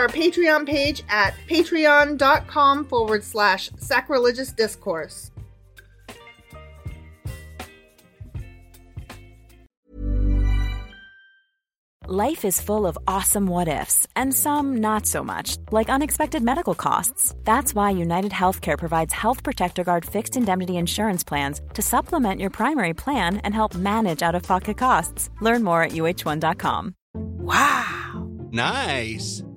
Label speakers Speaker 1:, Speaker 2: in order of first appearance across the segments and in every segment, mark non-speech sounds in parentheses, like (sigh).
Speaker 1: our Patreon page at patreon.com forward slash sacrilegious discourse.
Speaker 2: Life is full of awesome what ifs, and some not so much, like unexpected medical costs. That's why United Healthcare provides Health Protector Guard fixed indemnity insurance plans to supplement your primary plan and help manage out of pocket costs. Learn more at uh1.com.
Speaker 3: Nice.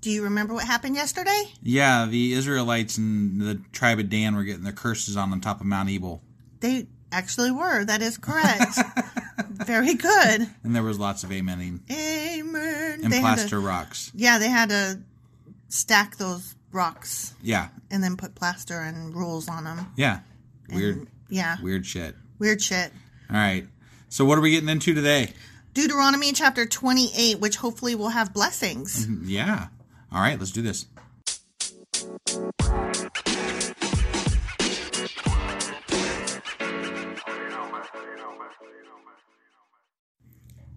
Speaker 1: do you remember what happened yesterday?
Speaker 4: Yeah, the Israelites and the tribe of Dan were getting their curses on on top of Mount Ebal.
Speaker 1: They actually were. That is correct. Very good.
Speaker 4: And there was lots of amening
Speaker 1: Amen.
Speaker 4: and
Speaker 1: They had to-
Speaker 4: plaster rocks.
Speaker 1: yeah, they had to stack those rocks
Speaker 4: Yeah,
Speaker 1: and then put plaster and rules on them.
Speaker 4: yeah. Weird,
Speaker 1: Yeah,
Speaker 4: weird shit.
Speaker 1: weird shit.
Speaker 4: All right. So what are we getting into today? (laughs)
Speaker 1: Deuteronomy chapter 28, which hopefully will have blessings.
Speaker 4: Mm-hmm. Yeah. All right, let's do this.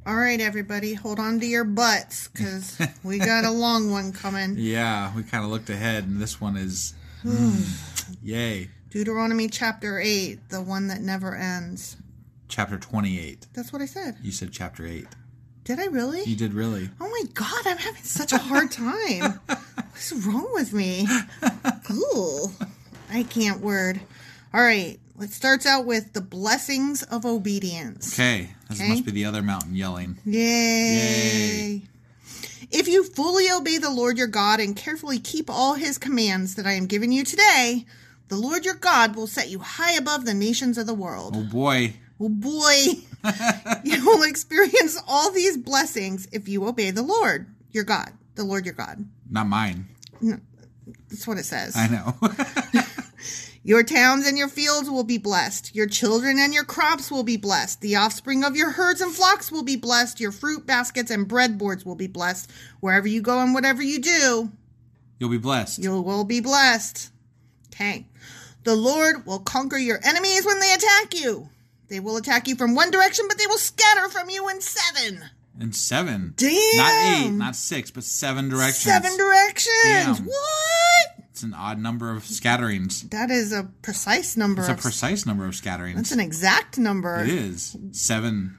Speaker 1: All right, everybody, hold on to your butts
Speaker 4: (laughs)
Speaker 1: because we got a long one coming.
Speaker 4: Yeah, we kind of looked ahead, and this one
Speaker 1: (sighs)
Speaker 4: is, mm, yay,
Speaker 1: Deuteronomy chapter 8, the one that never ends.
Speaker 4: chapter twenty-eight.
Speaker 1: That's what I said.
Speaker 4: You said chapter eight.
Speaker 1: Did I really?
Speaker 4: You did really.
Speaker 1: Oh my god, I'm having such a hard time. What's wrong with me? Ooh, I can't word. All right. It starts out with the blessings of obedience.
Speaker 4: Okay. This
Speaker 1: Okay.
Speaker 4: must be the other mountain yelling.
Speaker 1: Yay. If you fully obey the Lord your God and carefully keep all his commands that I am giving you today, the Lord your God will set you high above the nations of the world.
Speaker 4: Oh boy.
Speaker 1: Oh boy, you will experience all these blessings if you obey the Lord your God. The Lord your God.
Speaker 4: Not mine.
Speaker 1: That's what it says.
Speaker 4: I know. (laughs)
Speaker 1: Your towns and your fields will be blessed. Your children and your crops will be blessed. The offspring of your herds and flocks will be blessed. Your fruit baskets and bread boards will be blessed. Wherever you go and whatever you do,
Speaker 4: You'll be blessed.
Speaker 1: you will be blessed. Okay. The Lord will conquer your enemies when they attack you. They will attack you from one direction, but they will scatter from you in seven.
Speaker 4: and seven.
Speaker 1: Damn.
Speaker 4: Not eight, not six, but seven directions.
Speaker 1: Seven directions.
Speaker 4: Damn.
Speaker 1: What?
Speaker 4: It's an odd number of scatterings.
Speaker 1: That is a precise number.
Speaker 4: It's a
Speaker 1: of-
Speaker 4: precise number of scatterings.
Speaker 1: That's an exact number.
Speaker 4: It is. Seven.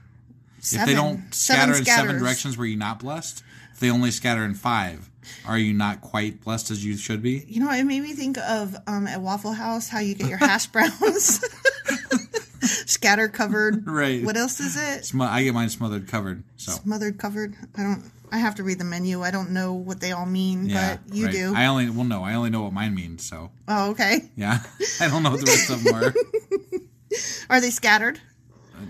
Speaker 4: If
Speaker 1: Seven.
Speaker 4: they don't scatter in seven
Speaker 1: scatters.
Speaker 4: directions, were you not blessed? If they only scatter in five, are you not quite blessed as you should be?
Speaker 1: You know, it made me think of um, at Waffle House how you get
Speaker 4: (laughs)
Speaker 1: your hash browns (laughs) scatter covered.
Speaker 4: Right.
Speaker 1: What else is it?
Speaker 4: Sm- I get mine smothered covered. So
Speaker 1: Smothered covered. I don't. I have to read the menu. I don't know what they all mean,
Speaker 4: yeah,
Speaker 1: but you
Speaker 4: right.
Speaker 1: do.
Speaker 4: I only well no, I only know what mine means. So
Speaker 1: oh, okay.
Speaker 4: yeah, (laughs) I don't know what the rest of them
Speaker 1: (laughs)
Speaker 4: were.
Speaker 1: Are they scattered?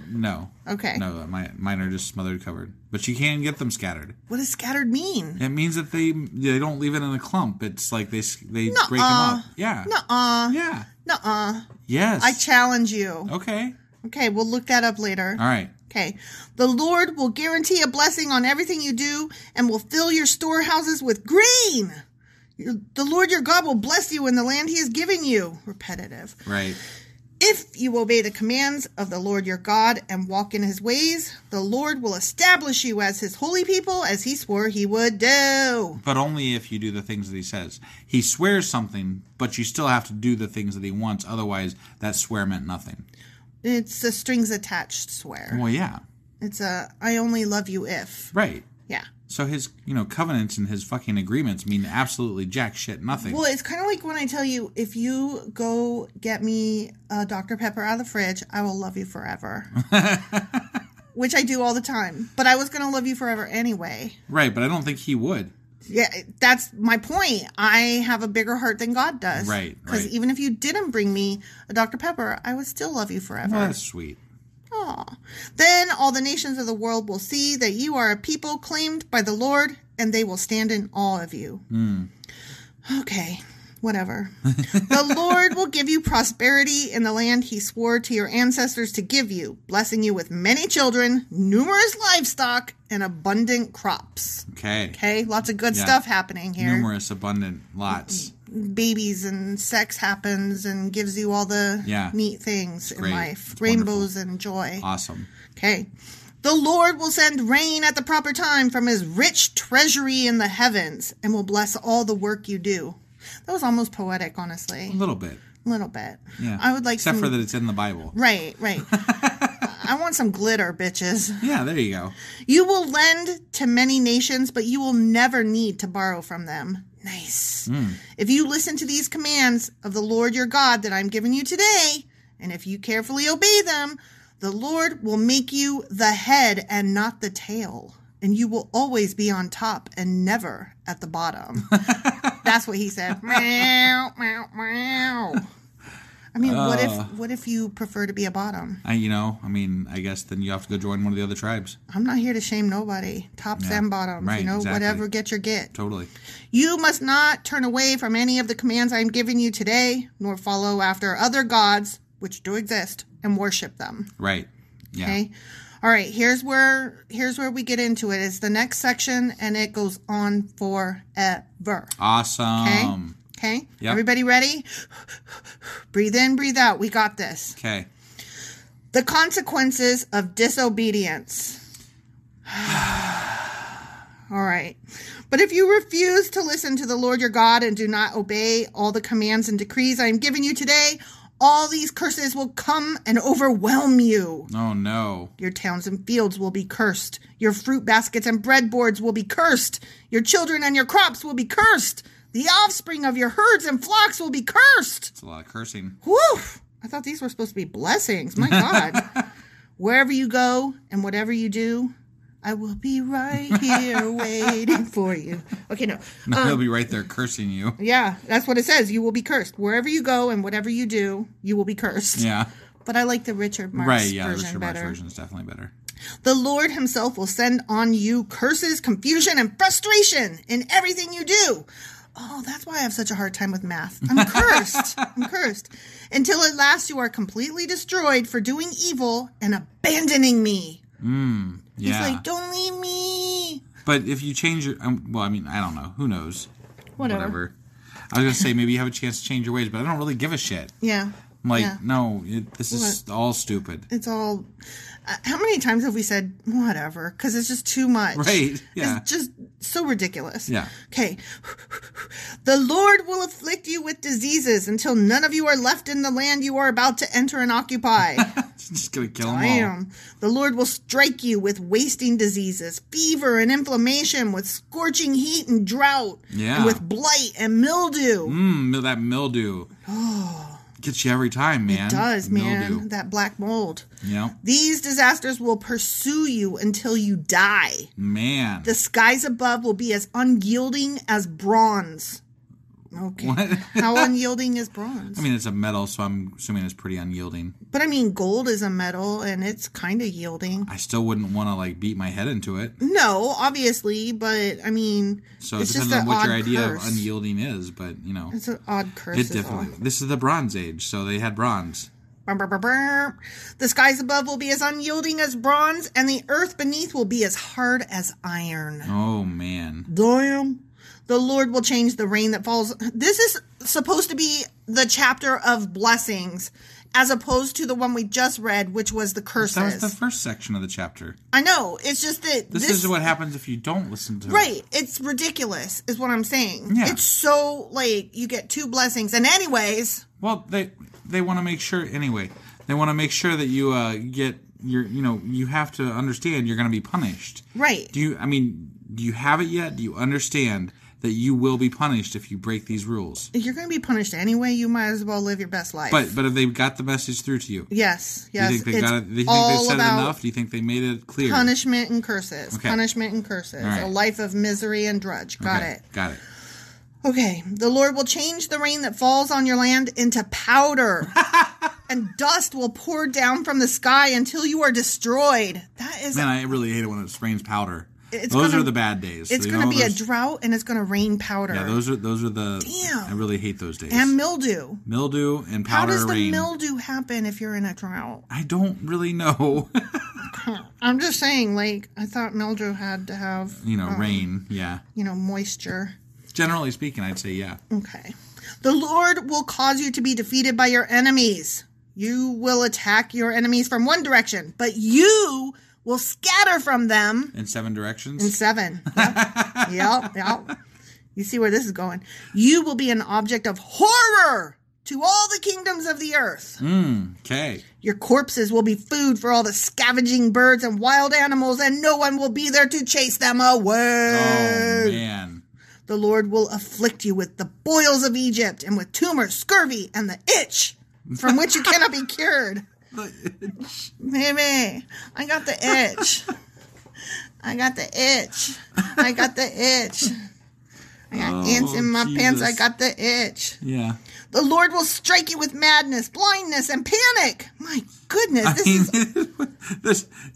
Speaker 4: No.
Speaker 1: Okay.
Speaker 4: No, my, mine are just smothered covered. But you can get them scattered.
Speaker 1: What does scattered mean?
Speaker 4: It means that they they don't leave it in a clump. It's like they s- they break them up. Yeah.
Speaker 1: Nuh-uh.
Speaker 4: Yeah.
Speaker 1: Nuh-uh.
Speaker 4: Yes.
Speaker 1: I challenge
Speaker 4: Oh.
Speaker 1: you.
Speaker 4: okay.
Speaker 1: Okay, we'll look that up later.
Speaker 4: All right.
Speaker 1: Okay. The Lord will guarantee a blessing on everything you do and will fill your storehouses with grain. Your- The Lord your God will bless you in the land he is giving you. Repetitive.
Speaker 4: Right.
Speaker 1: If you obey the commands of the Lord your God and walk in his ways, the Lord will establish you as his holy people as he swore he would do.
Speaker 4: But only if you do the things that he says. He swears something, but you still have to do the things that he wants. Otherwise, that swear meant nothing.
Speaker 1: It's a strings attached swear.
Speaker 4: Well, yeah.
Speaker 1: It's a I only love you if.
Speaker 4: Right.
Speaker 1: Yeah.
Speaker 4: So his, you know, covenants and his fucking agreements mean absolutely jack shit nothing.
Speaker 1: Well, it's kind of like when I tell you, if you go get me a Dr. Pepper out of the fridge, I will love
Speaker 4: (laughs)
Speaker 1: you forever. Which I do all the time. But I was going to love you forever anyway.
Speaker 4: Right, but I don't think he would.
Speaker 1: Yeah, that's my point. I have a bigger heart than God does.
Speaker 4: Right,
Speaker 1: Because
Speaker 4: right.
Speaker 1: even if you didn't bring me a Dr. Pepper, I would still love you forever.
Speaker 4: Well, that's sweet.
Speaker 1: Aw. Then all the nations of the world will see that you are a people claimed by the Lord, and they will stand in awe of you.
Speaker 4: Hmm.
Speaker 1: Okay, whatever. (laughs) the Lord will give you prosperity in the land he swore to your ancestors to give you, blessing you with many children, numerous livestock, and abundant crops.
Speaker 4: Okay.
Speaker 1: Okay, lots of good
Speaker 4: Yeah.
Speaker 1: stuff happening here.
Speaker 4: Numerous, abundant, lots.
Speaker 1: Babies and sex happens and gives you all the
Speaker 4: Yeah.
Speaker 1: neat things in
Speaker 4: great.
Speaker 1: life
Speaker 4: It's
Speaker 1: rainbows and joy.
Speaker 4: Awesome.
Speaker 1: Okay. The Lord will send rain at the proper time from his rich treasury in the heavens and will bless all the work you do. That was almost poetic, honestly.
Speaker 4: A little bit.
Speaker 1: A little bit.
Speaker 4: Yeah.
Speaker 1: I would like
Speaker 4: Except
Speaker 1: some.
Speaker 4: for that it's in the Bible.
Speaker 1: Right,
Speaker 4: (laughs)
Speaker 1: right. I want some glitter, bitches.
Speaker 4: Yeah, there you go.
Speaker 1: You will lend to many nations, but you will never need to borrow from them. Nice. If you listen to these commands of the Lord your God that I'm giving you today, and if you carefully obey them, the Lord will make you the head and not the tail, and you will always be on top and never at the bottom. That's what he said. meow, meow, meow. I mean, what if what if you prefer to be a bottom?
Speaker 4: I, you know, I mean, I guess then you have to go join one of the other tribes.
Speaker 1: I'm not here to shame nobody. Tops and bottoms,
Speaker 4: right,
Speaker 1: you know,
Speaker 4: exactly.
Speaker 1: whatever get your get.
Speaker 4: Totally.
Speaker 1: You must not turn away from any of the commands I am giving you today, nor follow after other gods, which do exist, and worship them.
Speaker 4: Right. Yeah.
Speaker 1: Okay. All right, here's where here's where we get into it. It's the next section and it goes on forever.
Speaker 4: Awesome.
Speaker 1: Okay?
Speaker 4: Yep.
Speaker 1: Everybody ready? (sighs) breathe in, breathe out. We got this.
Speaker 4: Okay.
Speaker 1: The consequences of disobedience. (sighs) All right. But if you refuse to listen to the Lord your God and do not obey all the commands and decrees I am giving you today, all these curses will come and overwhelm you.
Speaker 4: Oh no.
Speaker 1: Your towns and fields will be cursed. Your fruit baskets and breadboards will be cursed. Your children and your crops will be cursed. The offspring of your herds and flocks will be cursed.
Speaker 4: It's a lot of cursing.
Speaker 1: Whew! I thought these were supposed to be blessings.
Speaker 4: (laughs)
Speaker 1: My God. Wherever you go and whatever you do, I will be right
Speaker 4: (laughs)
Speaker 1: here waiting for you. Okay, no. Um,
Speaker 4: No, he'll be right there cursing you.
Speaker 1: Yeah, that's what it says. You will be cursed. Wherever you go and whatever you do, you will be
Speaker 4: (laughs)
Speaker 1: cursed.
Speaker 4: Yeah.
Speaker 1: But I like the Richard Marx
Speaker 4: Right, yeah, the
Speaker 1: version
Speaker 4: Richard Marx
Speaker 1: better.
Speaker 4: version is definitely better.
Speaker 1: The Lord Himself will send on you curses, confusion, and frustration in everything you do. Oh, that's why I have such a hard time with math.
Speaker 4: (laughs)
Speaker 1: I'm cursed. I'm cursed. Until at last you are completely destroyed for doing evil and abandoning me. He's
Speaker 4: Yeah.
Speaker 1: like, don't leave me.
Speaker 4: but if you change your, um, well, I mean, I don't know. Who knows?
Speaker 1: Whatever.
Speaker 4: Whatever. I was gonna say maybe you have a chance to change your ways, but I don't really give a shit.
Speaker 1: Yeah.
Speaker 4: I'm like,
Speaker 1: Yeah.
Speaker 4: no, it, this is all stupid. (laughs)
Speaker 1: It's all. Uh, how many times have we said whatever? Because it's just too much.
Speaker 4: Right, yeah.
Speaker 1: It's just so ridiculous.
Speaker 4: Yeah.
Speaker 1: Okay. The Lord will afflict you with diseases until none of you are left in the land you are about to enter and
Speaker 4: (laughs)
Speaker 1: occupy.
Speaker 4: It's just gonna kill them all.
Speaker 1: Damn. The Lord will strike you with wasting diseases, fever and inflammation, with scorching heat and drought,
Speaker 4: Yeah.
Speaker 1: and with blight and mildew.
Speaker 4: Mm, that
Speaker 1: (gasps)
Speaker 4: mildew. Gets you every time, man.
Speaker 1: It does, man.
Speaker 4: Mildew.
Speaker 1: That black mold.
Speaker 4: Yeah.
Speaker 1: These disasters will pursue you until you die.
Speaker 4: Man.
Speaker 1: The skies above will be as unyielding as bronze. Okay.
Speaker 4: (laughs)
Speaker 1: How unyielding is bronze?
Speaker 4: I mean, it's a metal, so I'm assuming it's pretty unyielding.
Speaker 1: but I mean, gold is a metal and it's kind of yielding.
Speaker 4: I still wouldn't want to like beat my head into it.
Speaker 1: No, obviously, but I mean,
Speaker 4: So
Speaker 1: it's
Speaker 4: it
Speaker 1: just
Speaker 4: depends
Speaker 1: an
Speaker 4: on what your
Speaker 1: odd
Speaker 4: idea
Speaker 1: curse.
Speaker 4: of unyielding is, but you know,
Speaker 1: It's an odd curse.
Speaker 4: it
Speaker 1: is all.
Speaker 4: definitely. This is the Bronze Age, so they had bronze.
Speaker 1: Brr, brr, brr, brr. The skies above will be as unyielding as bronze, and the earth beneath will be as hard as iron.
Speaker 4: Oh man,
Speaker 1: Damn. The Lord will change the rain that falls. This is supposed to be the chapter of blessings, as opposed to the one we just read, which was the curses.
Speaker 4: that was the first section of the chapter.
Speaker 1: I know. It's just that
Speaker 4: This, is what happens if you don't listen to it.
Speaker 1: Right. It's ridiculous, is what I'm saying.
Speaker 4: Yeah.
Speaker 1: It's so like you get two blessings, and anyways,
Speaker 4: Well, they they want to make sure anyway. They want to make sure that you uh, get your you know you have to understand you're going to be punished.
Speaker 1: right.
Speaker 4: Do you? I mean, do you have it yet? Do you understand that you will be punished if you break these rules?
Speaker 1: If you're going to be punished anyway. You might as well live your best life.
Speaker 4: But but if they got the message through to you,
Speaker 1: yes, yes,
Speaker 4: do you think they
Speaker 1: it's
Speaker 4: got it? Do you think they
Speaker 1: all
Speaker 4: said it
Speaker 1: about
Speaker 4: enough? Do you think they made it clear?
Speaker 1: punishment and curses.
Speaker 4: Okay.
Speaker 1: Punishment and curses.
Speaker 4: All right.
Speaker 1: A life of misery and drudge. Got
Speaker 4: Okay,
Speaker 1: it.
Speaker 4: Got it.
Speaker 1: Okay, the Lord will change the rain that falls on your land into powder, and dust will pour down from the sky until you are destroyed. That is,
Speaker 4: Man, I really hate it when it rains powder.
Speaker 1: It's
Speaker 4: those
Speaker 1: gonna-
Speaker 4: are the bad days.
Speaker 1: it's
Speaker 4: You
Speaker 1: going to
Speaker 4: know,
Speaker 1: be a
Speaker 4: those-
Speaker 1: drought, and it's going to rain powder
Speaker 4: Yeah, those are those are the.
Speaker 1: Damn.
Speaker 4: I really hate those days.
Speaker 1: and mildew.
Speaker 4: mildew and
Speaker 1: How
Speaker 4: powder
Speaker 1: does the
Speaker 4: rain.
Speaker 1: mildew happen if you're in a drought?
Speaker 4: I don't really know. (laughs)
Speaker 1: I'm just saying, like I thought mildew had to have
Speaker 4: you know,
Speaker 1: um,
Speaker 4: rain. Yeah.
Speaker 1: you know, moisture.
Speaker 4: Generally speaking, I'd say yeah.
Speaker 1: Okay. The Lord will cause you to be defeated by your enemies. You will attack your enemies from one direction, but you will scatter from them
Speaker 4: In seven directions.
Speaker 1: in seven. Yep. yep. Yep. You see where this is going. You will be an object of horror to all the kingdoms of the earth.
Speaker 4: Okay.
Speaker 1: Your corpses will be food for all the scavenging birds and wild animals, and no one will be there to chase them away.
Speaker 4: Oh man.
Speaker 1: The Lord will afflict you with the boils of Egypt and with tumors, scurvy, and the itch
Speaker 4: (laughs)
Speaker 1: from which you cannot be cured. Baby, I got the itch. I got the itch. I got the itch. I got ants in my pants. I
Speaker 4: Oh, Jesus.
Speaker 1: got the itch.
Speaker 4: Yeah.
Speaker 1: The Lord will strike you with madness, blindness, and panic. My goodness, this is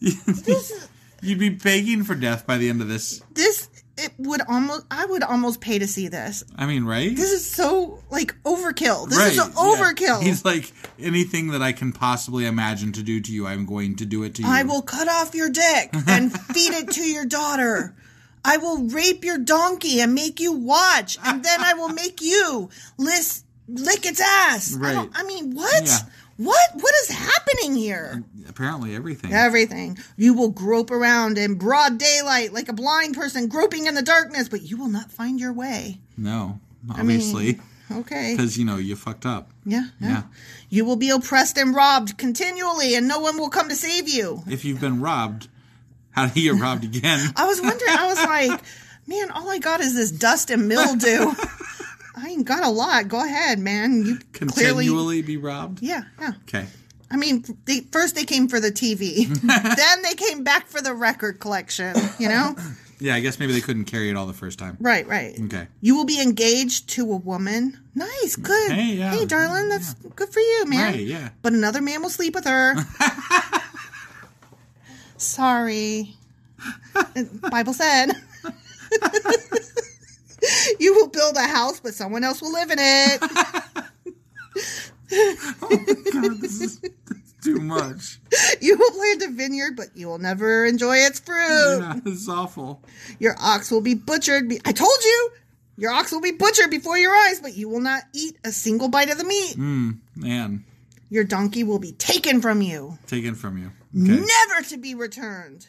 Speaker 4: (laughs) this. (laughs) You'd be begging for death by the end of this.
Speaker 1: this. It would almost. I would almost pay to see this.
Speaker 4: I mean, right?
Speaker 1: This is so like overkill. This is
Speaker 4: Right,
Speaker 1: an
Speaker 4: yeah.
Speaker 1: overkill.
Speaker 4: He's like anything that I can possibly imagine to do to you, I'm going to do it to you.
Speaker 1: I will cut off your dick
Speaker 4: (laughs)
Speaker 1: and feed it to your daughter. I will rape your donkey and make you watch, and then I will make you lis- lick its ass. I, don't-
Speaker 4: Right.
Speaker 1: I mean, what?
Speaker 4: Yeah.
Speaker 1: What? What is happening here?
Speaker 4: Apparently, everything.
Speaker 1: Everything. You will grope around in broad daylight like a blind person groping in the darkness, but you will not find your way.
Speaker 4: no, obviously,
Speaker 1: Okay.
Speaker 4: because you know you fucked up.
Speaker 1: Yeah, yeah.
Speaker 4: Yeah.
Speaker 1: You will be oppressed and robbed continually, and no one will come to save you.
Speaker 4: If you've been robbed, how do you get robbed again? (laughs)
Speaker 1: I was wondering. I was like, man, all I got is this dust and mildew. I ain't got a lot. Go ahead, man. You (laughs) clearly.
Speaker 4: Continually be robbed?
Speaker 1: Yeah, yeah.
Speaker 4: Okay.
Speaker 1: I mean, they, first they came for the
Speaker 4: (laughs)
Speaker 1: TV, then they came back for the record collection, you know?
Speaker 4: Yeah, I guess maybe they couldn't carry it all the first time.
Speaker 1: right, right.
Speaker 4: Okay.
Speaker 1: You will be engaged to a woman. Nice, good.
Speaker 4: Hey, yeah.
Speaker 1: darling, that's good for you, man.
Speaker 4: Right, yeah.
Speaker 1: But another man will sleep with
Speaker 4: (laughs)
Speaker 1: her. Sorry. Bible said. (laughs) you will build a house, but someone else will live in it.
Speaker 4: God, this is too
Speaker 1: (laughs)
Speaker 4: much. (laughs)
Speaker 1: You will plant a vineyard, but you will never enjoy its fruit.
Speaker 4: Yeah, this is awful.
Speaker 1: Your ox will be butchered. Be- I told you! Your ox will be butchered before your eyes, but you will not eat a single bite of the meat.
Speaker 4: Mm. Man,
Speaker 1: Your donkey will be taken from you,
Speaker 4: taken from you. Okay.
Speaker 1: never to be returned.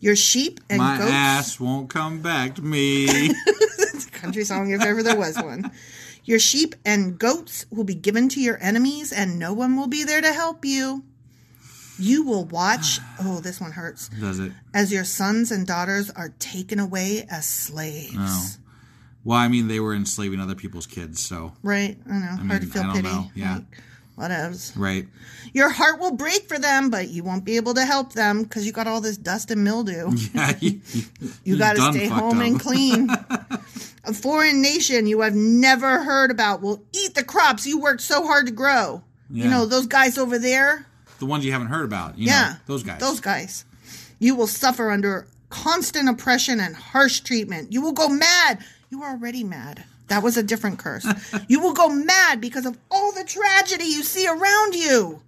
Speaker 1: Your sheep and
Speaker 4: My
Speaker 1: goats.
Speaker 4: ass won't come back to me.
Speaker 1: (laughs) Country song, if ever there was one. Your sheep and goats will be given to your enemies, and no one will be there to help you. You will watch. Oh, this one hurts.
Speaker 4: Does it?
Speaker 1: As your sons and daughters are taken away as slaves.
Speaker 4: Oh. Well, I mean, they were enslaving other people's kids, so
Speaker 1: Right? I know.
Speaker 4: mean,
Speaker 1: Hard to feel
Speaker 4: I don't
Speaker 1: pity.
Speaker 4: know, yeah.
Speaker 1: Like, whatevs.
Speaker 4: right. (laughs)
Speaker 1: Your heart will break for them, but you won't be able to help them because you got all this dust and mildew.
Speaker 4: Yeah, you, you-
Speaker 1: You
Speaker 4: you've
Speaker 1: got to
Speaker 4: done
Speaker 1: stay
Speaker 4: fucked
Speaker 1: home
Speaker 4: up.
Speaker 1: and
Speaker 4: (laughs)
Speaker 1: clean. a foreign nation you have never heard about will eat the crops you worked so hard to grow. You
Speaker 4: Yeah.
Speaker 1: know, those guys over there.
Speaker 4: the ones you haven't heard about. You
Speaker 1: Yeah.
Speaker 4: know, those guys.
Speaker 1: Those guys. You will suffer under constant oppression and harsh treatment. You will go mad. You are already mad. That was a
Speaker 4: (laughs)
Speaker 1: different curse. you will go mad because of all the tragedy you see around you.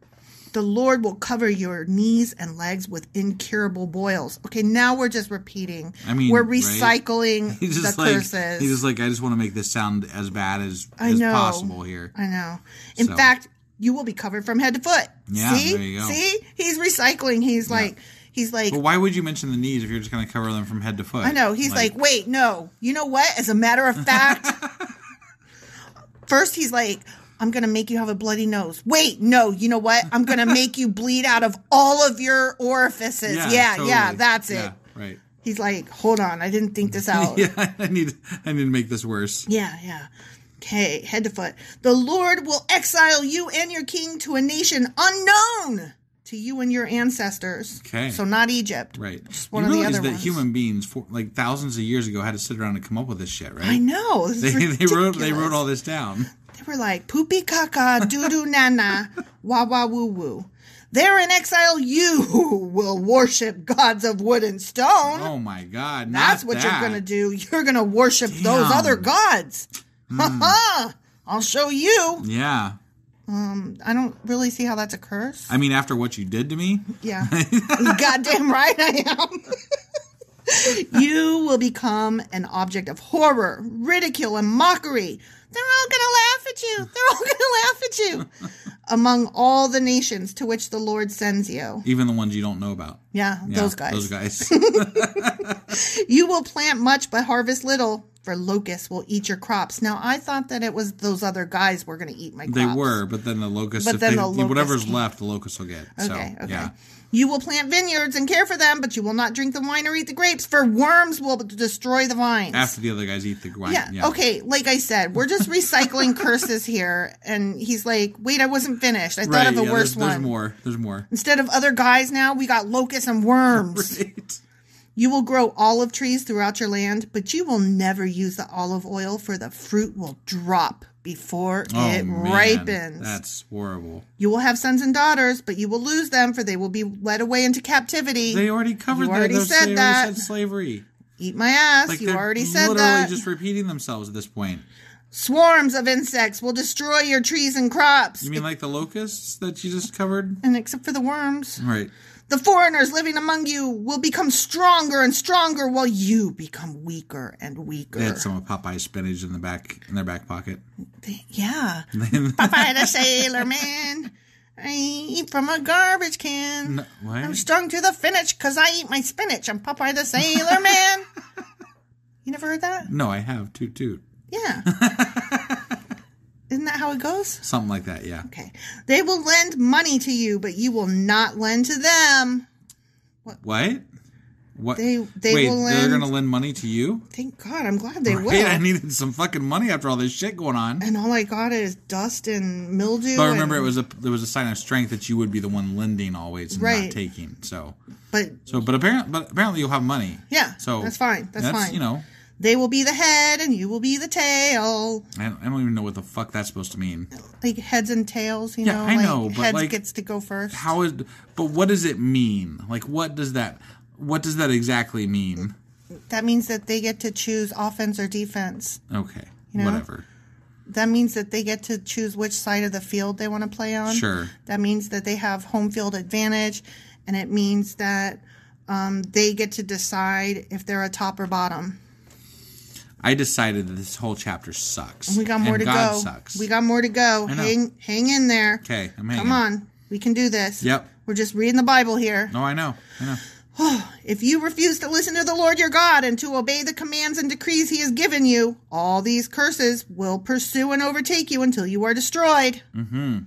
Speaker 1: The Lord will cover your knees and legs with incurable boils. Okay, now we're just repeating.
Speaker 4: I mean,
Speaker 1: we're
Speaker 4: right?
Speaker 1: recycling
Speaker 4: (laughs) He's just
Speaker 1: the
Speaker 4: like
Speaker 1: curses.
Speaker 4: he's just like I just want to make this sound as bad as,
Speaker 1: I
Speaker 4: as
Speaker 1: know.
Speaker 4: possible here.
Speaker 1: I know. In
Speaker 4: So-
Speaker 1: fact, you will be covered from head to foot.
Speaker 4: Yeah,
Speaker 1: See?
Speaker 4: there you go.
Speaker 1: See? He's recycling. He's like he's like
Speaker 4: But why would you mention the knees if you're just going to cover them from head to foot?
Speaker 1: I know. He's like, wait, no. You know what? As a matter of
Speaker 4: (laughs)
Speaker 1: fact, first he's like, I'm going to make you have a bloody nose. Wait, no. You know what? I'm going to make you bleed out of all of your orifices. Yeah, yeah,
Speaker 4: totally.
Speaker 1: that's it.
Speaker 4: Yeah, Right. (laughs)
Speaker 1: He's like, hold on. I didn't think this out.
Speaker 4: Yeah, I need I need to make this worse.
Speaker 1: Yeah, yeah. Okay, head to foot. The Lord will exile you and your king to a nation unknown to you and your ancestors.
Speaker 4: Okay.
Speaker 1: So not Egypt.
Speaker 4: Right.
Speaker 1: Just one
Speaker 4: you
Speaker 1: of the
Speaker 4: realize
Speaker 1: other
Speaker 4: that
Speaker 1: ones.
Speaker 4: human beings, for, like thousands of years ago, had to sit around and come up with this shit, right?
Speaker 1: I know.
Speaker 4: (laughs)
Speaker 1: This
Speaker 4: They,
Speaker 1: is
Speaker 4: they wrote they
Speaker 1: ridiculous.
Speaker 4: wrote all this down.
Speaker 1: They were like poopy caca, doo doo na na, wah wah woo woo. There in exile, you (laughs) will worship gods of wood and stone.
Speaker 4: Oh my
Speaker 1: (laughs)
Speaker 4: god!
Speaker 1: That's
Speaker 4: not
Speaker 1: what
Speaker 4: that.
Speaker 1: you're gonna do. You're gonna worship those
Speaker 4: Damn. Hmm.
Speaker 1: other gods. Ha ha! (laughs) I'll show you.
Speaker 4: Yeah,
Speaker 1: I don't really see how that's a curse.
Speaker 4: I mean, after what you did to me,
Speaker 1: Yeah. Goddamn right I am. (laughs) you will become an object of horror, ridicule, and mockery. They're all going to laugh at you. They're all going to laugh at you among all the nations to which the Lord sends you.
Speaker 4: even the ones you don't know about.
Speaker 1: Yeah,
Speaker 4: Yeah,
Speaker 1: those guys.
Speaker 4: Those
Speaker 1: (laughs)
Speaker 4: guys.
Speaker 1: You will plant much but harvest little, for locusts will eat your crops. Now, I thought that it was those other guys were going to eat my crops.
Speaker 4: they were, but then the locusts.
Speaker 1: But
Speaker 4: if
Speaker 1: then
Speaker 4: they,
Speaker 1: the locusts
Speaker 4: whatever's
Speaker 1: came.
Speaker 4: left, the locusts will get. so
Speaker 1: Okay, okay.
Speaker 4: yeah,
Speaker 1: You will plant vineyards and care for them, but you will not drink the wine or eat the grapes, for worms will destroy the vines.
Speaker 4: after the other guys eat the wine.
Speaker 1: yeah.
Speaker 4: Yeah.
Speaker 1: Okay. Like I said, we're just recycling curses here. And he's like, wait, I wasn't finished. I
Speaker 4: Right.
Speaker 1: thought of a
Speaker 4: yeah, there's,
Speaker 1: worse
Speaker 4: there's
Speaker 1: one.
Speaker 4: more. There's
Speaker 1: (laughs)
Speaker 4: more. (laughs)
Speaker 1: Instead of other guys now, we got locusts and worms.
Speaker 4: Right.
Speaker 1: You will grow olive trees throughout your land, but you will never use the olive oil, for the fruit will drop before
Speaker 4: Oh,
Speaker 1: it
Speaker 4: man,
Speaker 1: ripens.
Speaker 4: That's horrible.
Speaker 1: You will have sons and daughters, but you will lose them, for they will be led away into captivity.
Speaker 4: They already covered
Speaker 1: You
Speaker 4: that.
Speaker 1: already
Speaker 4: Those- they
Speaker 1: said that.
Speaker 4: Already said slavery.
Speaker 1: Eat my ass. you
Speaker 4: they're
Speaker 1: already said
Speaker 4: literally
Speaker 1: that.
Speaker 4: just repeating themselves at this point.
Speaker 1: Swarms of insects will destroy your trees and crops.
Speaker 4: You mean like the locusts that you just covered?
Speaker 1: and except for the worms.
Speaker 4: Right.
Speaker 1: The foreigners living among you will become stronger and stronger while you become weaker and weaker.
Speaker 4: They had some of Popeye's spinach in the back in their back pocket.
Speaker 1: They- yeah.
Speaker 4: (laughs)
Speaker 1: Popeye the Sailor Man. I eat from a garbage can.
Speaker 4: What?
Speaker 1: I'm strung to the finish because I eat my spinach. I'm Popeye the Sailor Man.
Speaker 4: (laughs)
Speaker 1: you never heard that?
Speaker 4: no, I have toot toot. (laughs)
Speaker 1: Yeah. Isn't that how it goes?
Speaker 4: Something like that, yeah.
Speaker 1: Okay. They will lend money to you, but you will not lend to them.
Speaker 4: What? What?
Speaker 1: They- they
Speaker 4: Wait,
Speaker 1: will
Speaker 4: they're
Speaker 1: lend-
Speaker 4: going to lend money to you?
Speaker 1: Thank God. I'm
Speaker 4: (laughs)
Speaker 1: glad they
Speaker 4: Right?
Speaker 1: will.
Speaker 4: I needed some fucking money after all this shit going on.
Speaker 1: and all I got is dust and mildew.
Speaker 4: But remember, it
Speaker 1: and-
Speaker 4: was a there was a sign of strength that you would be the one lending always and
Speaker 1: Right.
Speaker 4: not taking. So,
Speaker 1: But
Speaker 4: so but apparently, but apparently you'll have money.
Speaker 1: Yeah,
Speaker 4: So
Speaker 1: that's fine, that's fine.
Speaker 4: You know,
Speaker 1: they will be the head and you will be the tail.
Speaker 4: I don't, I don't even know what the fuck that's supposed to mean.
Speaker 1: Like heads and tails, you
Speaker 4: Yeah,
Speaker 1: know.
Speaker 4: I
Speaker 1: like
Speaker 4: know, but,
Speaker 1: heads
Speaker 4: like,
Speaker 1: gets to go first.
Speaker 4: How is? But what does it mean? Like, what does that? What does that exactly mean?
Speaker 1: that means that they get to choose offense or defense.
Speaker 4: Okay,
Speaker 1: know?
Speaker 4: whatever.
Speaker 1: That means that they get to choose which side of the field they want to play on.
Speaker 4: Sure.
Speaker 1: That means that they have home field advantage, and it means that um, they get to decide if they're a top or bottom.
Speaker 4: I decided that this whole chapter sucks.
Speaker 1: We got more
Speaker 4: and
Speaker 1: to
Speaker 4: God
Speaker 1: go.
Speaker 4: Sucks.
Speaker 1: We got more to go.
Speaker 4: know.
Speaker 1: Hang, hang in there.
Speaker 4: Okay, I'm hanging.
Speaker 1: Come on, we can do this.
Speaker 4: Yep.
Speaker 1: We're just reading the Bible here.
Speaker 4: No, Oh, I know. I know.
Speaker 1: If you refuse to listen to the Lord your God and to obey the commands and decrees he has given you, all these curses will pursue and overtake you until you are destroyed. Mm-hmm.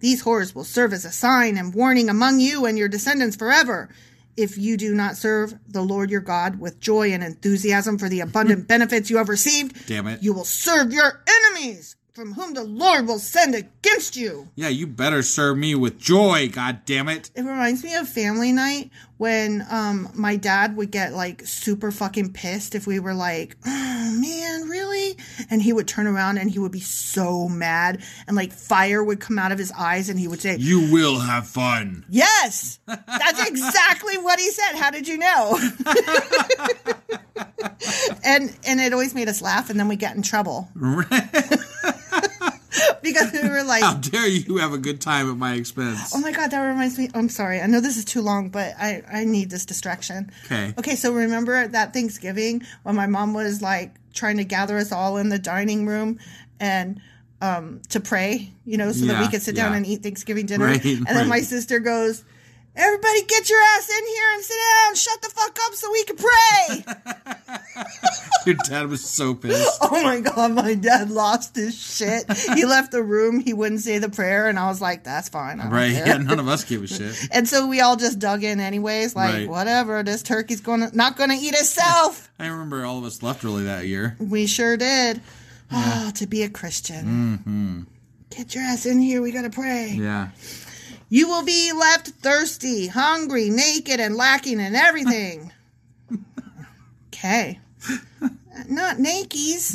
Speaker 1: These horrors will serve as a sign and warning among you and your descendants forever if you do not serve the Lord your God with joy and enthusiasm for the abundant benefits you have received.
Speaker 4: Damn it.
Speaker 1: You will serve your enemies from whom the Lord will send against you.
Speaker 4: Yeah, you better serve me with joy. God damn it.
Speaker 1: It reminds me of family night when um my dad would get like super fucking pissed if we were like, "Oh man, really?" and he would turn around and he would be so mad and like fire would come out of his eyes and he would say,
Speaker 4: You will have fun.
Speaker 1: "Yes." That's exactly what he said. How did you know? (laughs) and and it always made us laugh and then we got in trouble. (laughs) because we were like
Speaker 4: How dare you have a good time at my expense?
Speaker 1: Oh my god, that reminds me. I'm sorry. I know this is too long, but I I need this distraction.
Speaker 4: Okay.
Speaker 1: Okay, so remember at that Thanksgiving when my mom was like trying to gather us all in the dining room and um to pray, you know, so that we
Speaker 4: Yeah,
Speaker 1: could sit down
Speaker 4: yeah.
Speaker 1: and eat Thanksgiving dinner.
Speaker 4: Right,
Speaker 1: and then my
Speaker 4: right.
Speaker 1: sister goes, "Everybody get your ass in here and sit down. Shut the fuck up so we can
Speaker 4: (laughs)
Speaker 1: pray."
Speaker 4: Your dad was so pissed.
Speaker 1: oh my god, my dad lost his shit. he left the room. He wouldn't say the prayer and I was like, "That's fine." I don't
Speaker 4: Right?
Speaker 1: care."
Speaker 4: Yeah, none of us give a shit.
Speaker 1: And so we all just dug in anyways, like
Speaker 4: Right.
Speaker 1: whatever, this turkey's gonna not gonna eat itself.
Speaker 4: I remember all of us left early that year.
Speaker 1: we sure did. Oh, to be a Christian. Get your ass in here, we gotta pray.
Speaker 4: Yeah.
Speaker 1: You will be left thirsty, hungry, naked, and lacking in everything. okay. Not nakies.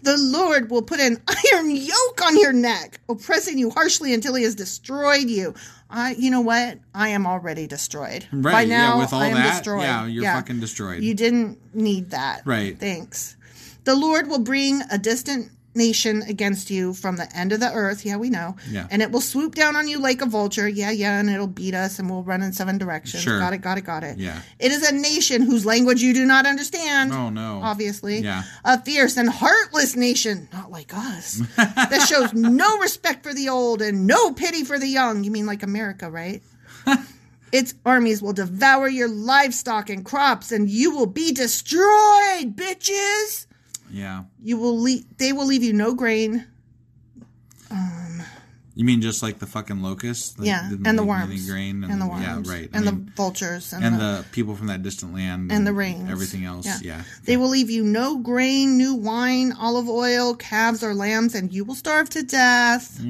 Speaker 1: (laughs) the Lord will put an iron yoke on your neck, oppressing you harshly until he has destroyed you. I you know what? I am already destroyed.
Speaker 4: Right,
Speaker 1: By
Speaker 4: yeah,
Speaker 1: now
Speaker 4: with all
Speaker 1: I am
Speaker 4: that,
Speaker 1: destroyed.
Speaker 4: yeah, you're fucking destroyed.
Speaker 1: You didn't need that.
Speaker 4: Right.
Speaker 1: Thanks. The Lord will bring a distant nation against you from the end of the earth. Yeah, we know.
Speaker 4: Yeah.
Speaker 1: And it will swoop down on you like a vulture. Yeah, yeah. And it'll beat us and we'll run in seven directions.
Speaker 4: Sure.
Speaker 1: Got it, got it, got it.
Speaker 4: Yeah.
Speaker 1: It is a nation whose language you do not understand.
Speaker 4: Oh no.
Speaker 1: Obviously.
Speaker 4: Yeah.
Speaker 1: A fierce and heartless nation, not like
Speaker 4: (laughs)
Speaker 1: us, that shows no respect for the old and no pity for the young. You mean like
Speaker 4: (laughs)
Speaker 1: America, right? Its armies will devour your livestock and crops, and you will be destroyed, bitches.
Speaker 4: Yeah.
Speaker 1: You will leave. They will leave you no grain.
Speaker 4: You mean just like the fucking locusts? that
Speaker 1: yeah,
Speaker 4: didn't
Speaker 1: and the
Speaker 4: leave any
Speaker 1: worms.
Speaker 4: Grain
Speaker 1: and, the worms.
Speaker 4: Yeah, right. I
Speaker 1: And
Speaker 4: mean,
Speaker 1: the vultures. And,
Speaker 4: and
Speaker 1: the,
Speaker 4: the people from that distant land
Speaker 1: and the rains.
Speaker 4: Everything else. Yeah.
Speaker 1: They will leave you no grain, new wine, olive oil, calves, or lambs, and you will starve to death.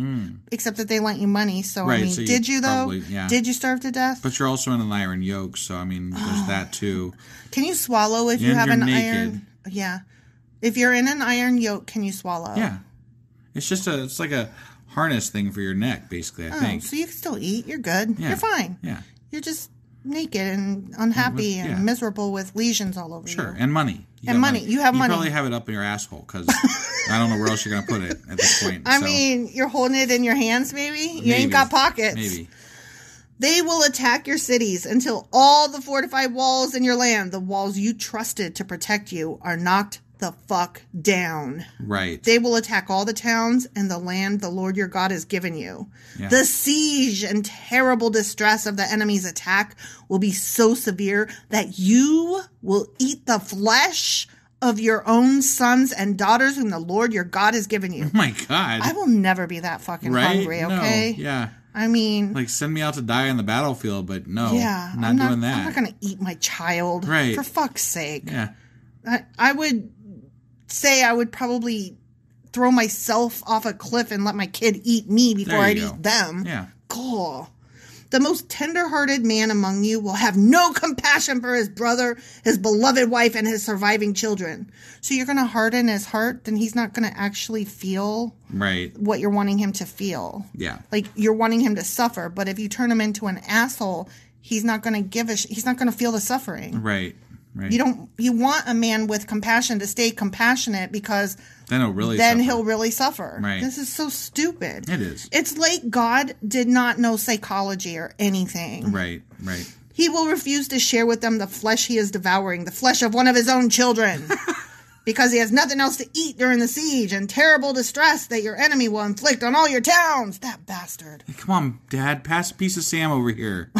Speaker 1: Except that they lent you money. So, I
Speaker 4: Hmm. Right,
Speaker 1: mean,
Speaker 4: so you
Speaker 1: did you, though?
Speaker 4: probably- yeah.
Speaker 1: Did you starve to death?
Speaker 4: But you're also in an iron yoke, so I mean,
Speaker 1: Ah.
Speaker 4: there's that too.
Speaker 1: can you swallow if you
Speaker 4: And
Speaker 1: have
Speaker 4: you're
Speaker 1: an
Speaker 4: naked.
Speaker 1: iron? Yeah. If you're in an iron yoke, can you swallow?
Speaker 4: Yeah. It's just a. It's like a harness thing for your neck, basically. I
Speaker 1: Oh,
Speaker 4: think.
Speaker 1: so you can still eat. You're good.
Speaker 4: Yeah.
Speaker 1: You're fine.
Speaker 4: Yeah.
Speaker 1: You're just naked and unhappy and,
Speaker 4: yeah.
Speaker 1: miserable with lesions all over you.
Speaker 4: Sure, and money. You
Speaker 1: And
Speaker 4: got
Speaker 1: money. You have money.
Speaker 4: probably have it up in your asshole because I don't know where else you're gonna put it at
Speaker 1: (laughs)
Speaker 4: this point.
Speaker 1: I
Speaker 4: so,
Speaker 1: mean, you're holding it in your hands, maybe? You
Speaker 4: maybe.
Speaker 1: ain't got pockets.
Speaker 4: Maybe.
Speaker 1: They will attack your cities until all the fortified walls in your land, the walls you trusted to protect you, are knocked the fuck down.
Speaker 4: Right.
Speaker 1: They will attack all the towns and the land the Lord your God has given you.
Speaker 4: Yeah.
Speaker 1: The siege and terrible distress of the enemy's attack will be so severe that you will eat the flesh of your own sons and daughters whom the Lord your God has given you.
Speaker 4: oh my God.
Speaker 1: I will never be that fucking
Speaker 4: right.
Speaker 1: hungry, okay?
Speaker 4: No. Yeah.
Speaker 1: I mean,
Speaker 4: Like send me out to die on the battlefield, but no,
Speaker 1: yeah,
Speaker 4: not
Speaker 1: I'm
Speaker 4: doing
Speaker 1: not,
Speaker 4: that.
Speaker 1: I'm not going to eat my child.
Speaker 4: Right.
Speaker 1: For fuck's sake.
Speaker 4: yeah,
Speaker 1: I, I would say I would probably throw myself off a cliff and let my kid eat me before
Speaker 4: There you
Speaker 1: I'd
Speaker 4: go.
Speaker 1: eat them.
Speaker 4: yeah.
Speaker 1: Cool. The most tender-hearted man among you will have no compassion for his brother, his beloved wife, and his surviving children. So you're going to harden his heart, then he's not going to actually feel
Speaker 4: Right.
Speaker 1: what you're wanting him to feel.
Speaker 4: Yeah.
Speaker 1: Like you're wanting him to suffer, but if you turn him into an asshole, he's not going to give a sh- he's not going to feel the suffering.
Speaker 4: Right. Right.
Speaker 1: You don't you want a man with compassion to stay compassionate because
Speaker 4: then he'll really.
Speaker 1: then
Speaker 4: suffer.
Speaker 1: he'll really suffer.
Speaker 4: Right.
Speaker 1: This is so stupid.
Speaker 4: It is.
Speaker 1: It's like God did not know psychology or anything.
Speaker 4: Right. Right.
Speaker 1: He will refuse to share with them the flesh he is devouring, the flesh of one of his
Speaker 4: (laughs)
Speaker 1: own children. Because he has nothing else to eat during the siege and terrible distress that your enemy will inflict on all your towns. That bastard.
Speaker 4: Come on, Dad. Pass a piece of Sam over here.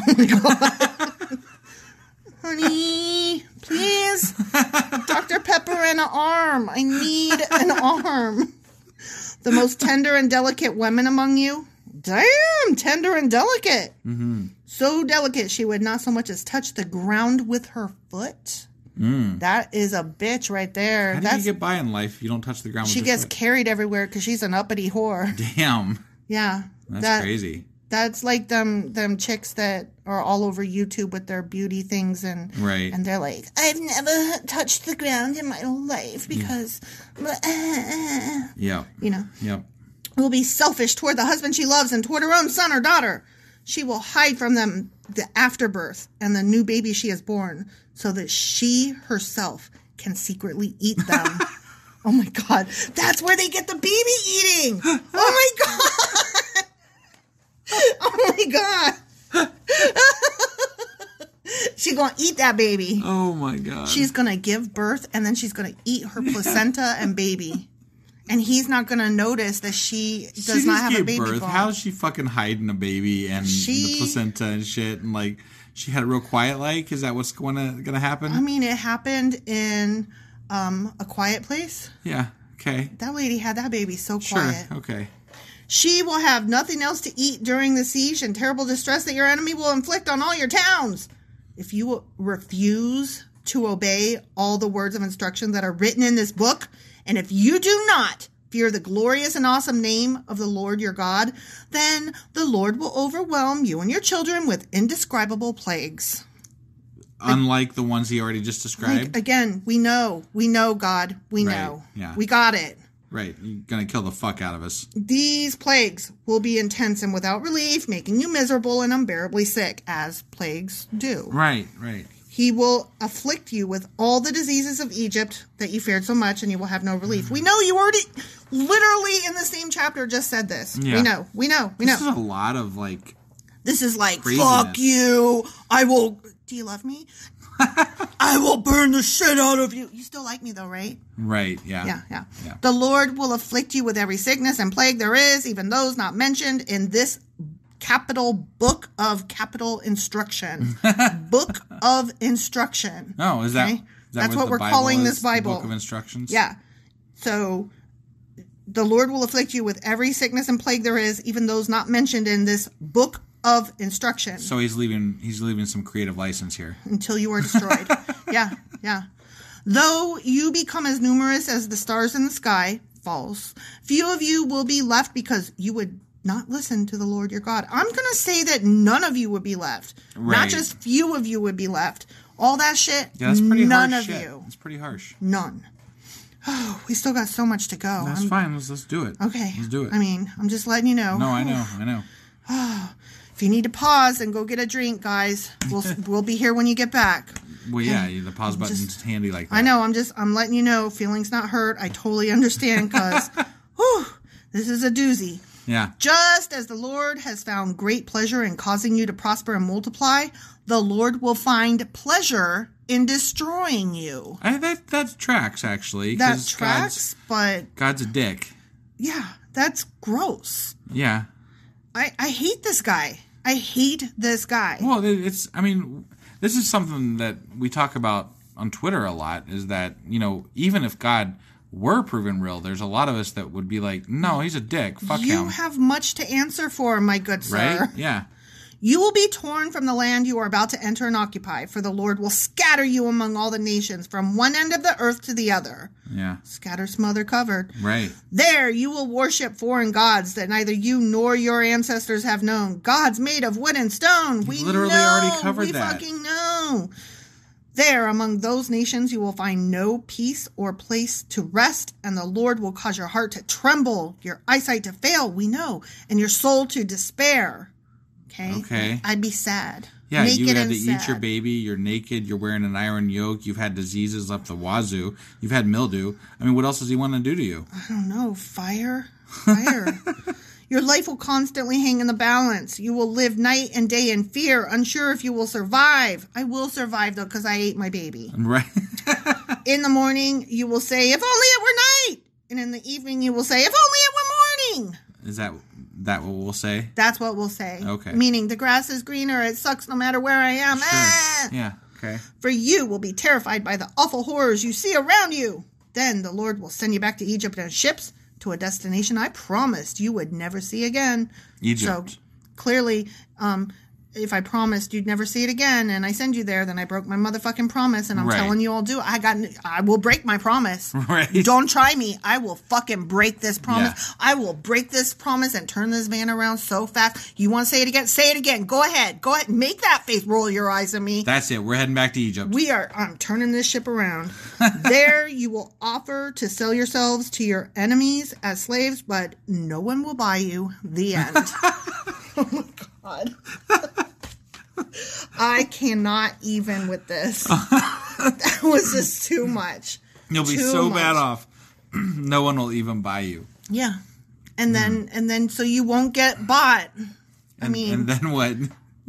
Speaker 1: Honey, please. Dr. Pepper and an arm. I need an arm. The most tender and delicate women among you. Damn, tender and delicate.
Speaker 4: Mm-hmm.
Speaker 1: So delicate, she would not so much as touch the ground with her foot. That is a bitch right there.
Speaker 4: Mm. How do you
Speaker 1: That's
Speaker 4: get by in life if you don't touch the ground?
Speaker 1: she
Speaker 4: with your
Speaker 1: gets
Speaker 4: foot?
Speaker 1: carried everywhere because she's an uppity whore.
Speaker 4: Damn.
Speaker 1: Yeah,
Speaker 4: That's
Speaker 1: that-
Speaker 4: crazy.
Speaker 1: That's like them them chicks that are all over YouTube with their beauty things and
Speaker 4: Right.
Speaker 1: and they're like, I've never touched the ground in my whole life because,
Speaker 4: Yep.
Speaker 1: you know,
Speaker 4: Yep.
Speaker 1: will be selfish toward the husband she loves and toward her own son or daughter. She will hide from them the afterbirth and the new baby she has born so that she herself can secretly eat them. oh my God. That's where they get the baby eating. Oh my God. oh my God. (laughs) She gonna eat that baby.
Speaker 4: Oh my God.
Speaker 1: She's going to give birth and then she's going to eat her placenta and baby. And he's not going to notice that she
Speaker 4: She
Speaker 1: does not
Speaker 4: just
Speaker 1: have a
Speaker 4: gave
Speaker 1: baby
Speaker 4: birth.
Speaker 1: bone.
Speaker 4: How is she fucking hiding a baby and
Speaker 1: She-
Speaker 4: the placenta and shit? And like, she had it real quiet. Like, is that what's gonna gonna happen?
Speaker 1: I mean, it happened in um, a quiet place.
Speaker 4: yeah. Okay.
Speaker 1: That lady had that baby so
Speaker 4: Sure.
Speaker 1: quiet.
Speaker 4: Okay.
Speaker 1: She will have nothing else to eat during the siege and terrible distress that your enemy will inflict on all your towns. If you will refuse to obey all the words of instruction that are written in this book, and if you do not fear the glorious and awesome name of the Lord your God, then the Lord will overwhelm you and your children with indescribable plagues.
Speaker 4: Unlike the ones he already just described.
Speaker 1: Like, again, we know, we know, God, we
Speaker 4: Right,
Speaker 1: know.
Speaker 4: yeah.
Speaker 1: We got it.
Speaker 4: right. You're gonna kill the fuck out of us.
Speaker 1: These plagues will be intense and without relief, making you miserable and unbearably sick, as plagues do.
Speaker 4: Right. Right.
Speaker 1: He will afflict you with all the diseases of Egypt that you feared so much, and you will have no relief. We know you already, literally in the same chapter, just said this.
Speaker 4: Yeah.
Speaker 1: We know, we know, we
Speaker 4: This
Speaker 1: know.
Speaker 4: is a lot of like.
Speaker 1: This is like,
Speaker 4: Craziness.
Speaker 1: fuck you. I will. Do you
Speaker 4: (laughs)
Speaker 1: love me? I will burn the shit out of you. You still like me, though, right?
Speaker 4: Right. Yeah.
Speaker 1: yeah, yeah. The Lord will afflict you with every sickness and plague there is, even those not mentioned in this capital book of capital (laughs) instruction. book of instruction.
Speaker 4: No, Oh, is that,
Speaker 1: Okay.
Speaker 4: is that
Speaker 1: That's what
Speaker 4: the
Speaker 1: we're calling
Speaker 4: is?
Speaker 1: this
Speaker 4: The
Speaker 1: Bible.
Speaker 4: book of instructions?
Speaker 1: Yeah. So the Lord will afflict you with every sickness and plague there is, even those not mentioned in this book of instruction.
Speaker 4: So he's leaving. He's leaving some creative license here.
Speaker 1: until you are destroyed. yeah, yeah. Though you become as numerous as the stars in the sky, false, few of you will be left because you would not listen to the Lord your God. I'm going to say that none of you would be left.
Speaker 4: Right.
Speaker 1: Not just few of you would be left. All that shit,
Speaker 4: Yeah, that's pretty
Speaker 1: none
Speaker 4: harsh.
Speaker 1: of
Speaker 4: shit.
Speaker 1: you.
Speaker 4: It's pretty harsh.
Speaker 1: None. Oh, we still got so much to go.
Speaker 4: That's
Speaker 1: I'm-
Speaker 4: fine. Let's let's do it.
Speaker 1: Okay.
Speaker 4: let's do it.
Speaker 1: I mean, I'm just letting you know.
Speaker 4: no, I know, I know.
Speaker 1: If you need to pause and go get a drink, guys,
Speaker 4: (laughs)
Speaker 1: we'll we'll be here when you get back.
Speaker 4: Well, yeah, the pause button's handy like that.
Speaker 1: I know. I'm just. I'm letting you know. Feelings not hurt. I totally understand.
Speaker 4: (laughs)
Speaker 1: Cause, whew, this is a doozy.
Speaker 4: Yeah,
Speaker 1: Just as the Lord has found great pleasure in causing you to prosper and multiply, the Lord will find pleasure in destroying you.
Speaker 4: I, that that tracks actually.
Speaker 1: That
Speaker 4: 'cause
Speaker 1: tracks, but
Speaker 4: God's, God's a dick.
Speaker 1: yeah, that's gross.
Speaker 4: Yeah.
Speaker 1: I I hate this guy. I hate this guy.
Speaker 4: Well, it- it's. I mean, this is something that we talk about on Twitter a lot. Is that you know, even if God were proven real, there's a lot of us that would be like, no, he's a dick. Fuck
Speaker 1: you
Speaker 4: him.
Speaker 1: have much to answer for, my good sir. (laughs)
Speaker 4: right? Yeah.
Speaker 1: You will be torn from the land you are about to enter and occupy, for the Lord will scatter you among all the nations from one end of the earth to the other.
Speaker 4: Yeah.
Speaker 1: Scatter, smother, covered.
Speaker 4: Right.
Speaker 1: There you will worship foreign gods that neither you nor your ancestors have known. Gods made of wood and stone. We
Speaker 4: literally
Speaker 1: know.
Speaker 4: already covered
Speaker 1: we
Speaker 4: that.
Speaker 1: fucking know. There among those nations you will find no peace or place to rest, and the Lord will cause your heart to tremble, your eyesight to fail, we know, and your soul to despair. Okay.
Speaker 4: Okay.
Speaker 1: I'd be sad.
Speaker 4: Yeah,
Speaker 1: Naked
Speaker 4: you had
Speaker 1: and
Speaker 4: to eat your
Speaker 1: sad.
Speaker 4: baby. You're naked. You're wearing an iron yoke. You've had diseases left the wazoo. You've had mildew. I mean, what else does he want to do to you? (laughs)
Speaker 1: I don't know, fire, fire. Your life will constantly hang in the balance. You will live night and day in fear, unsure if you will survive. I will survive though, because I ate my baby.
Speaker 4: Right?
Speaker 1: In the morning, you will say, If only it were night. And in the evening, you will say, If only it were morning.
Speaker 4: Is that that what we'll say?
Speaker 1: That's what we'll say.
Speaker 4: Okay.
Speaker 1: Meaning, the grass is greener. It sucks no matter where I am. Ah!
Speaker 4: Yeah. Okay.
Speaker 1: For you will be terrified by the awful horrors you see around you. Then the Lord will send you back to Egypt in ships to a destination I promised you would never see again.
Speaker 4: Egypt.
Speaker 1: So clearly, um, if I promised you'd never see it again, and I send you there, then I broke my motherfucking promise, and I'm
Speaker 4: Right.
Speaker 1: telling you I'll do. I got. I will break my promise.
Speaker 4: (laughs) Right.
Speaker 1: Don't try me. I will fucking break this promise.
Speaker 4: Yeah.
Speaker 1: I will break this promise and turn this van around so fast. You want to say it again? Say it again. Go ahead. Go ahead. Make that face roll your eyes at me.
Speaker 4: That's it. We're heading back to Egypt.
Speaker 1: We are I'm turning this ship around. (laughs) there you will offer to sell yourselves to your enemies as slaves, but no one will buy you.
Speaker 4: (laughs)
Speaker 1: The end. oh my god. (laughs) I cannot even
Speaker 4: (laughs)
Speaker 1: with this. that was just too much.
Speaker 4: You'll be
Speaker 1: Too
Speaker 4: so
Speaker 1: much.
Speaker 4: bad off. (clears throat) no one will even buy you.
Speaker 1: Yeah. And then and then so you won't get bought. I mean
Speaker 4: Mm. And then what?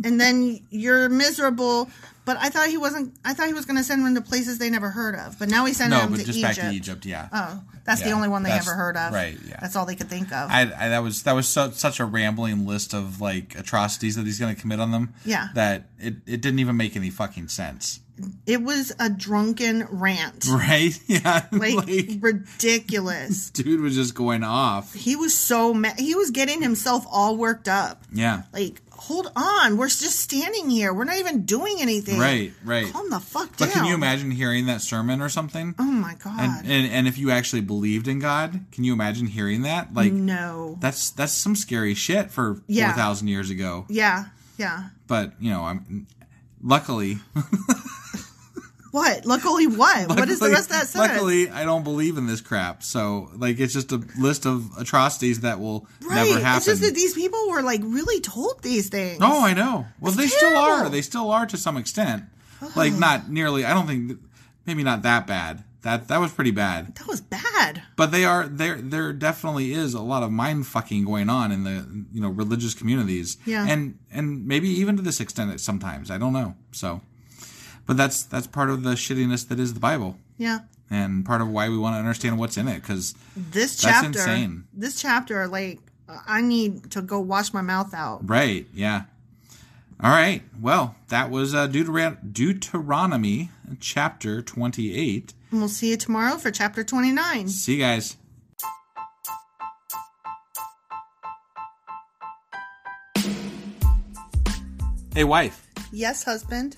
Speaker 1: and then you're miserable. But I thought he wasn't I thought he was gonna send them to places they never heard of. But now he's sending
Speaker 4: No,
Speaker 1: them
Speaker 4: but
Speaker 1: to
Speaker 4: just
Speaker 1: Egypt.
Speaker 4: back to Egypt. Yeah.
Speaker 1: Oh, that's the
Speaker 4: Yeah,
Speaker 1: only one they
Speaker 4: that's-
Speaker 1: ever heard of.
Speaker 4: right, yeah.
Speaker 1: That's all they could think of.
Speaker 4: I, I that was that was so, such a rambling list of like atrocities that he's going to commit on them.
Speaker 1: Yeah.
Speaker 4: That it, it didn't even make any fucking sense.
Speaker 1: it was a drunken
Speaker 4: (laughs)
Speaker 1: rant.
Speaker 4: Right? Yeah.
Speaker 1: Like, mm. ridiculous.
Speaker 4: dude was just going off.
Speaker 1: he was so mad. He was getting himself all worked up.
Speaker 4: Yeah.
Speaker 1: Like, hold on. We're just standing here. We're not even doing anything.
Speaker 4: Right, right.
Speaker 1: Calm the fuck down.
Speaker 4: But can you imagine hearing that sermon or something?
Speaker 1: Oh my God.
Speaker 4: And, and and if you actually believed in God, can you imagine hearing that? Like
Speaker 1: no.
Speaker 4: that's that's some scary shit for
Speaker 1: Mm. Yeah.
Speaker 4: 4000 years ago.
Speaker 1: yeah. Yeah.
Speaker 4: But, you know, I'm luckily,
Speaker 1: What? Luckily, what? (laughs) what is the
Speaker 4: luckily-
Speaker 1: rest of that sentence?
Speaker 4: Luckily, I don't believe in this crap. So, like it's just a list of atrocities that will
Speaker 1: right.
Speaker 4: never happen.
Speaker 1: It's just that these people were like really told these things.
Speaker 4: No, Oh, I know. Well, they still
Speaker 1: terrible.
Speaker 4: are. They still are to some extent. Like not nearly. I don't think. Maybe not that bad. That that was pretty bad.
Speaker 1: That was bad.
Speaker 4: But they are there. There definitely is a lot of mind fucking going on in the you know religious communities.
Speaker 1: Yeah.
Speaker 4: And and maybe even to this extent at sometimes. I don't know. So, but that's that's part of the shittiness that is the Bible,
Speaker 1: Yeah.
Speaker 4: and part of why we want to understand what's in it because That's
Speaker 1: this chapter
Speaker 4: insane.
Speaker 1: this chapter like i need to go wash my mouth out
Speaker 4: Right. Yeah. All right. Well, that was uh, Deuteron- Deuteronomy chapter 28.
Speaker 1: and we'll see you tomorrow for chapter 29
Speaker 4: See you guys. Hey, wife,
Speaker 1: yes husband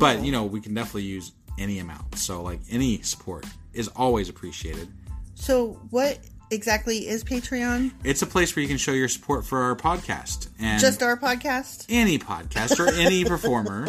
Speaker 4: But you know we can definitely use any amount, so like any support is always appreciated.
Speaker 1: so what exactly is patreon
Speaker 4: It's a place where you can show your support for our podcast and
Speaker 1: just our podcast
Speaker 4: any podcast or any performer.